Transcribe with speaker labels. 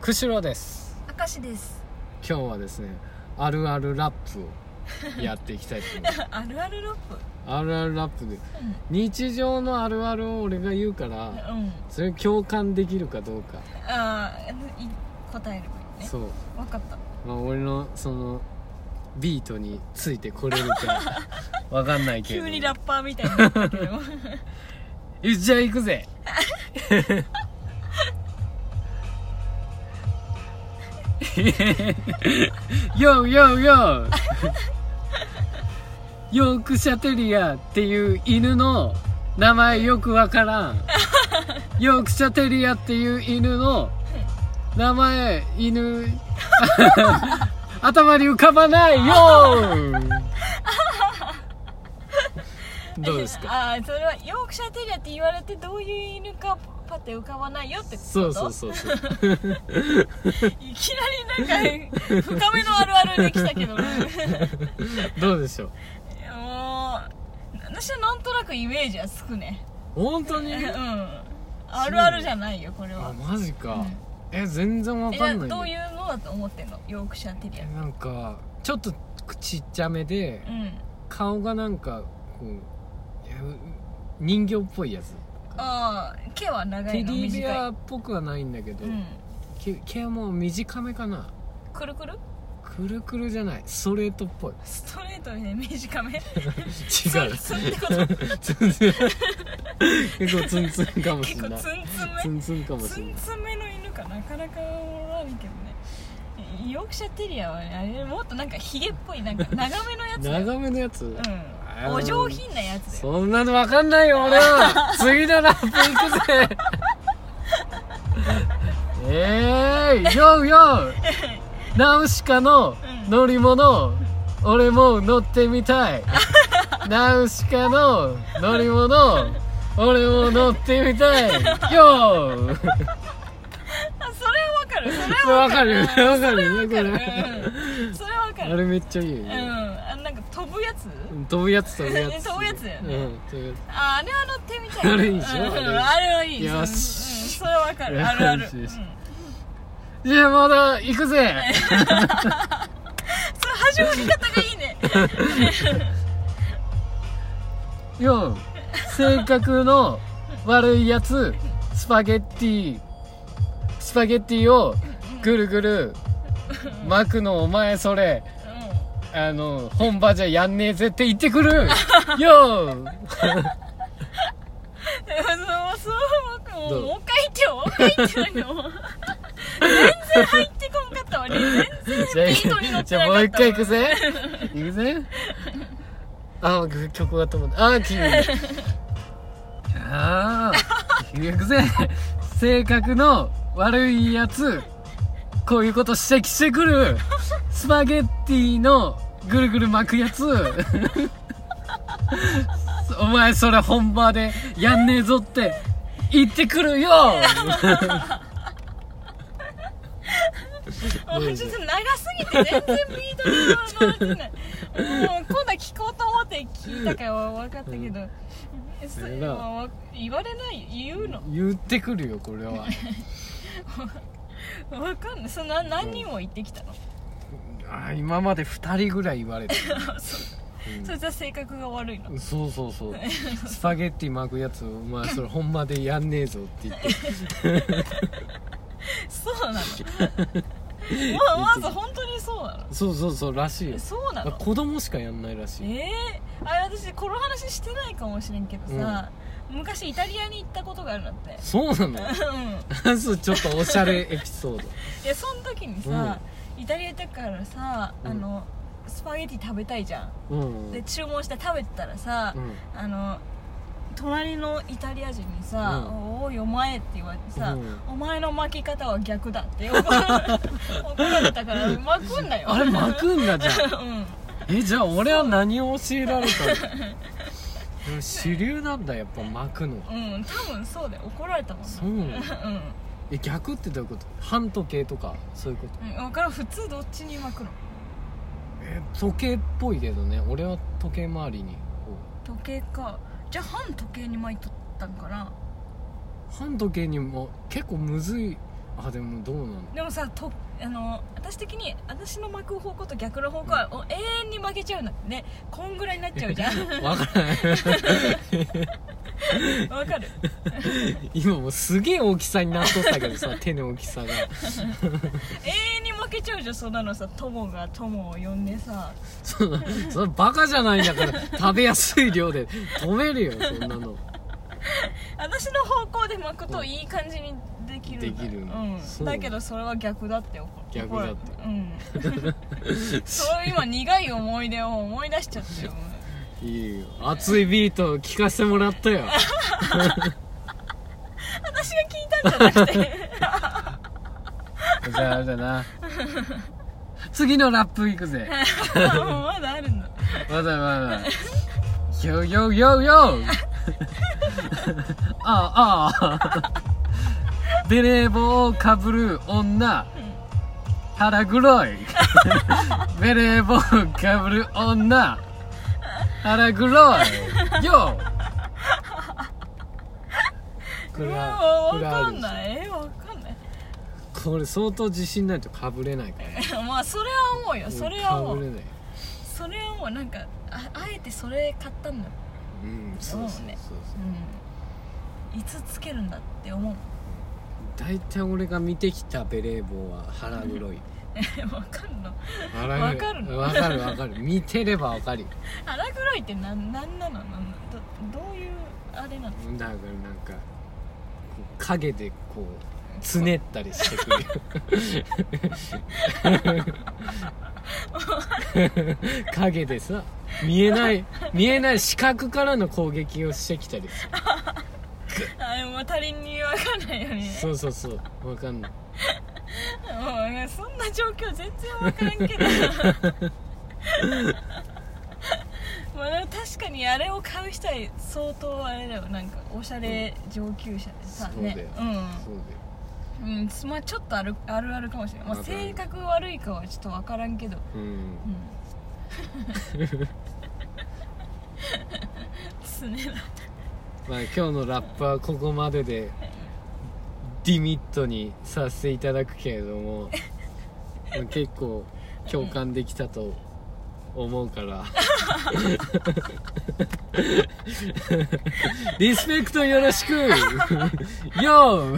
Speaker 1: 釧路です
Speaker 2: 明石です
Speaker 1: 今日はですねあるあるラップをやっていきたいと思います
Speaker 2: あるあるロップ
Speaker 1: あるあるラップで日常のあるあるを俺が言うから
Speaker 2: うん
Speaker 1: それに共感できるかどうか
Speaker 2: ああい答えればいいね
Speaker 1: そう、
Speaker 2: 分かった
Speaker 1: まあ、俺のそのビートについてこれる かわかんないけれど
Speaker 2: 急にラッパーみたいになったけど
Speaker 1: よしじゃあ行くぜようようようヨークシャテリアっていう犬の名前よくわからんヨークシャテリアっていう犬の名前犬 頭に浮かばないよ どうですか
Speaker 2: ああそれはヨークシャーテリアって言われてどういう犬かパッて浮かばないよってこと
Speaker 1: そうそうそうそう
Speaker 2: いきな りなんか深めのあるあるできたけどね
Speaker 1: どうでしょう
Speaker 2: もう私はなんとなくイメージはつくね
Speaker 1: 本当に
Speaker 2: うんあるあるじゃないよこれ
Speaker 1: あ
Speaker 2: は
Speaker 1: マジか、え全然わ
Speaker 2: え
Speaker 1: か
Speaker 2: なん
Speaker 1: ない
Speaker 2: どうい
Speaker 1: ね
Speaker 2: うのだと思ってんのヨークシャーテリア
Speaker 1: えなんかちょっとちっちゃめで
Speaker 2: うん
Speaker 1: 顔がなんかこういやう人形っぽいやつ
Speaker 2: ああ毛は長
Speaker 1: テ
Speaker 2: い
Speaker 1: デ
Speaker 2: の
Speaker 1: ィベ
Speaker 2: 短い
Speaker 1: アっぽくはないんだけど、
Speaker 2: うん
Speaker 1: 毛毛も短めかな
Speaker 2: くるくる
Speaker 1: くるくるじゃないストレートっぽい
Speaker 2: ストレートで 短め違う
Speaker 1: 違う
Speaker 2: ツンってこと
Speaker 1: ツンツン結構ツンツンかもしん
Speaker 2: 結構
Speaker 1: ない
Speaker 2: ツンツンめ
Speaker 1: ツンツンかもし
Speaker 2: ツ
Speaker 1: んな
Speaker 2: ン
Speaker 1: い
Speaker 2: ツンめの犬かなかなかおらんけどねヨークシャーテリアはねあれもっとなんかヒゲっぽいなん か長めのやつだよ
Speaker 1: 長めのやつ、
Speaker 2: う
Speaker 1: あ
Speaker 2: ん
Speaker 1: ー
Speaker 2: お上品なやつだよ
Speaker 1: そんなのわかんないよ俺 は次のラップ行くぜえーいようようナウシカの
Speaker 2: うん
Speaker 1: 乗り物俺も乗ってみたいナウシカの乗り物俺も乗ってみたいよう
Speaker 2: あそれはわかるそれは
Speaker 1: わかるわかる
Speaker 2: わ
Speaker 1: わ
Speaker 2: か
Speaker 1: か
Speaker 2: る
Speaker 1: る
Speaker 2: うんそれはわか
Speaker 1: あ
Speaker 2: る
Speaker 1: れめっちゃいいよ
Speaker 2: うん
Speaker 1: ね
Speaker 2: あなんか飛ぶやつ
Speaker 1: 飛ぶやつ飛ぶやつ
Speaker 2: 飛ぶやつだよね
Speaker 1: うん飛ぶやつ
Speaker 2: ああれは乗ってみたい
Speaker 1: あれいいでしょ
Speaker 2: うん
Speaker 1: あれ
Speaker 2: あれはいい
Speaker 1: よし
Speaker 2: うんそれはわかるあるある
Speaker 1: よし
Speaker 2: うん
Speaker 1: よし
Speaker 2: それ
Speaker 1: じゃあまだ行く ぜ
Speaker 2: 始まり方がいい ね
Speaker 1: 4性格の悪いやつスパゲッティスパゲッティをぐるぐる巻くのお前それあの本場じゃやんねえぜって言ってくるよ
Speaker 2: うんそうそうも
Speaker 1: ど
Speaker 2: う
Speaker 1: う
Speaker 2: もう一回言ってよもう一回言ってよ全然入ってこんかったわね全然
Speaker 1: じゃ
Speaker 2: ビートに乗
Speaker 1: あ
Speaker 2: って
Speaker 1: じ
Speaker 2: な
Speaker 1: ゃあ
Speaker 2: かった
Speaker 1: もう一回行くぜ行くぜあ曲が止まったあ君ああ行くぜ性格の悪いやつこういうこと指摘してくるスパゲッティのぐるぐる巻くやつお前それ本場でやんねえぞって言ってくるよ
Speaker 2: もうちょっと長すぎて全然ビートに乗らないもう今度は聞こうと思って聞いたから分かったけど、そ
Speaker 1: それな
Speaker 2: もう言われない言うの
Speaker 1: 言ってくるよこれは
Speaker 2: 分かんないそんな何人も言ってきたの、
Speaker 1: あー今まで2人ぐらい言われてる
Speaker 2: それじゃ性格が悪いの
Speaker 1: そうそうそうスパゲッティ巻くやつお前それほんまでやんねえぞって 言って
Speaker 2: そう なのまあまず本当にそうな
Speaker 1: そうそうそうらしいよ
Speaker 2: のそうなの
Speaker 1: 子供しかやんないらしい
Speaker 2: えー、あれ私この話してないかもしれんけどさ、昔イタリアに行ったことがあるんだって
Speaker 1: そうなの
Speaker 2: う ん
Speaker 1: そうちょっとおしゃれエピソード
Speaker 2: いやその時にさ、イタリア行ったからさ、
Speaker 1: うん
Speaker 2: あのスパゲティ食べたいじゃん、
Speaker 1: うんう
Speaker 2: で
Speaker 1: ん
Speaker 2: 注文して食べてたらさ、あの隣のイタリア人にさ「
Speaker 1: う
Speaker 2: おいお前」って言われてさ、
Speaker 1: うん
Speaker 2: お前の巻き方は逆だ」って怒 ら怒られたから巻くんだよ
Speaker 1: あれ巻くんだじゃん
Speaker 2: うん
Speaker 1: えじゃあ俺は何を教えられたのでも主流なんだやっぱ巻くの
Speaker 2: うん多分そうだよ怒られたもん
Speaker 1: そ
Speaker 2: な
Speaker 1: うなの
Speaker 2: うん、
Speaker 1: え逆ってどういうこと半時計とかそういうこと
Speaker 2: うん、分からん普通どっちに巻くの
Speaker 1: え時計っぽいけどね俺は時計回りにこう
Speaker 2: 時計かじゃあ半時計に巻いとったんかな
Speaker 1: 半時計にも結構むずいあでもどうなの
Speaker 2: でもさとあの私的に私の巻く方向と逆の方向はお永遠に負けちゃうのねこんぐらいになっちゃうじゃ ん
Speaker 1: わからない
Speaker 2: わかる
Speaker 1: 今もうすげえ大きさになっとったけどさ手の大きさが
Speaker 2: 永遠に負けちゃうじゃんそんなのさ友が友を呼んでさ
Speaker 1: そ んなそんなバカじゃないんだから食べやすい量で止めるよそんなの
Speaker 2: 私の方向で巻くといい感じにできるんだ
Speaker 1: できる
Speaker 2: う、
Speaker 1: のそうん
Speaker 2: だけどそれは逆だって怒
Speaker 1: 逆だって
Speaker 2: 怒られ うんそういう今苦い思い出を思い出しちゃってよ
Speaker 1: いいよ熱いビートを聴かせてもらったよ
Speaker 2: 私が聞いたんじゃ なくて
Speaker 1: じゃああれだな次のラップ行くぜ
Speaker 2: もうまだあるんだ
Speaker 1: まだまだよよよよああああベレー帽をかぶる女腹黒いベレー帽をかぶる女腹黒いよこ
Speaker 2: う
Speaker 1: れ
Speaker 2: わ
Speaker 1: は
Speaker 2: わ
Speaker 1: これ
Speaker 2: か
Speaker 1: はある
Speaker 2: ん
Speaker 1: でし
Speaker 2: ないえわかんない
Speaker 1: ょこれ相当自信ないとかぶれないからね
Speaker 2: まあそれは思うよそれは思
Speaker 1: かぶ
Speaker 2: う
Speaker 1: れない
Speaker 2: それはもうなんかああえてそれ買ったんだ
Speaker 1: うんそうそ
Speaker 2: そう
Speaker 1: う
Speaker 2: ね
Speaker 1: そう
Speaker 2: うんいつつけるんだって思う
Speaker 1: 大体俺が見てきたベレー帽は腹黒い
Speaker 2: わかんの
Speaker 1: わ
Speaker 2: わかるの
Speaker 1: わかるわかる見てればわかるよ
Speaker 2: 腹黒いってなんなんなのなんなのどどういうあれなの
Speaker 1: だからなんかこう影でこうつねったりしてくるよ 影でさ見えない見えない視覚からの攻撃をしてきたりする
Speaker 2: あでも他人にわかんないようにね
Speaker 1: そうそうそうわかんない
Speaker 2: もうそんな状況全然わからんけど まあでも確かにあれを買う人は相当あれだよなんかおしゃれ上級者でさ、
Speaker 1: そうだよ
Speaker 2: ね
Speaker 1: そう
Speaker 2: うん、うん、まあちょっとあるあるあるかもしれない、まあ、
Speaker 1: あるある
Speaker 2: 性格悪いかはちょっとわからんけど
Speaker 1: だようん
Speaker 2: うん 常だ
Speaker 1: まあ、今日のラップはここまででディミットにさせていただくけれどもまあ結構共感できたと思うから リスペクトよろしく YO!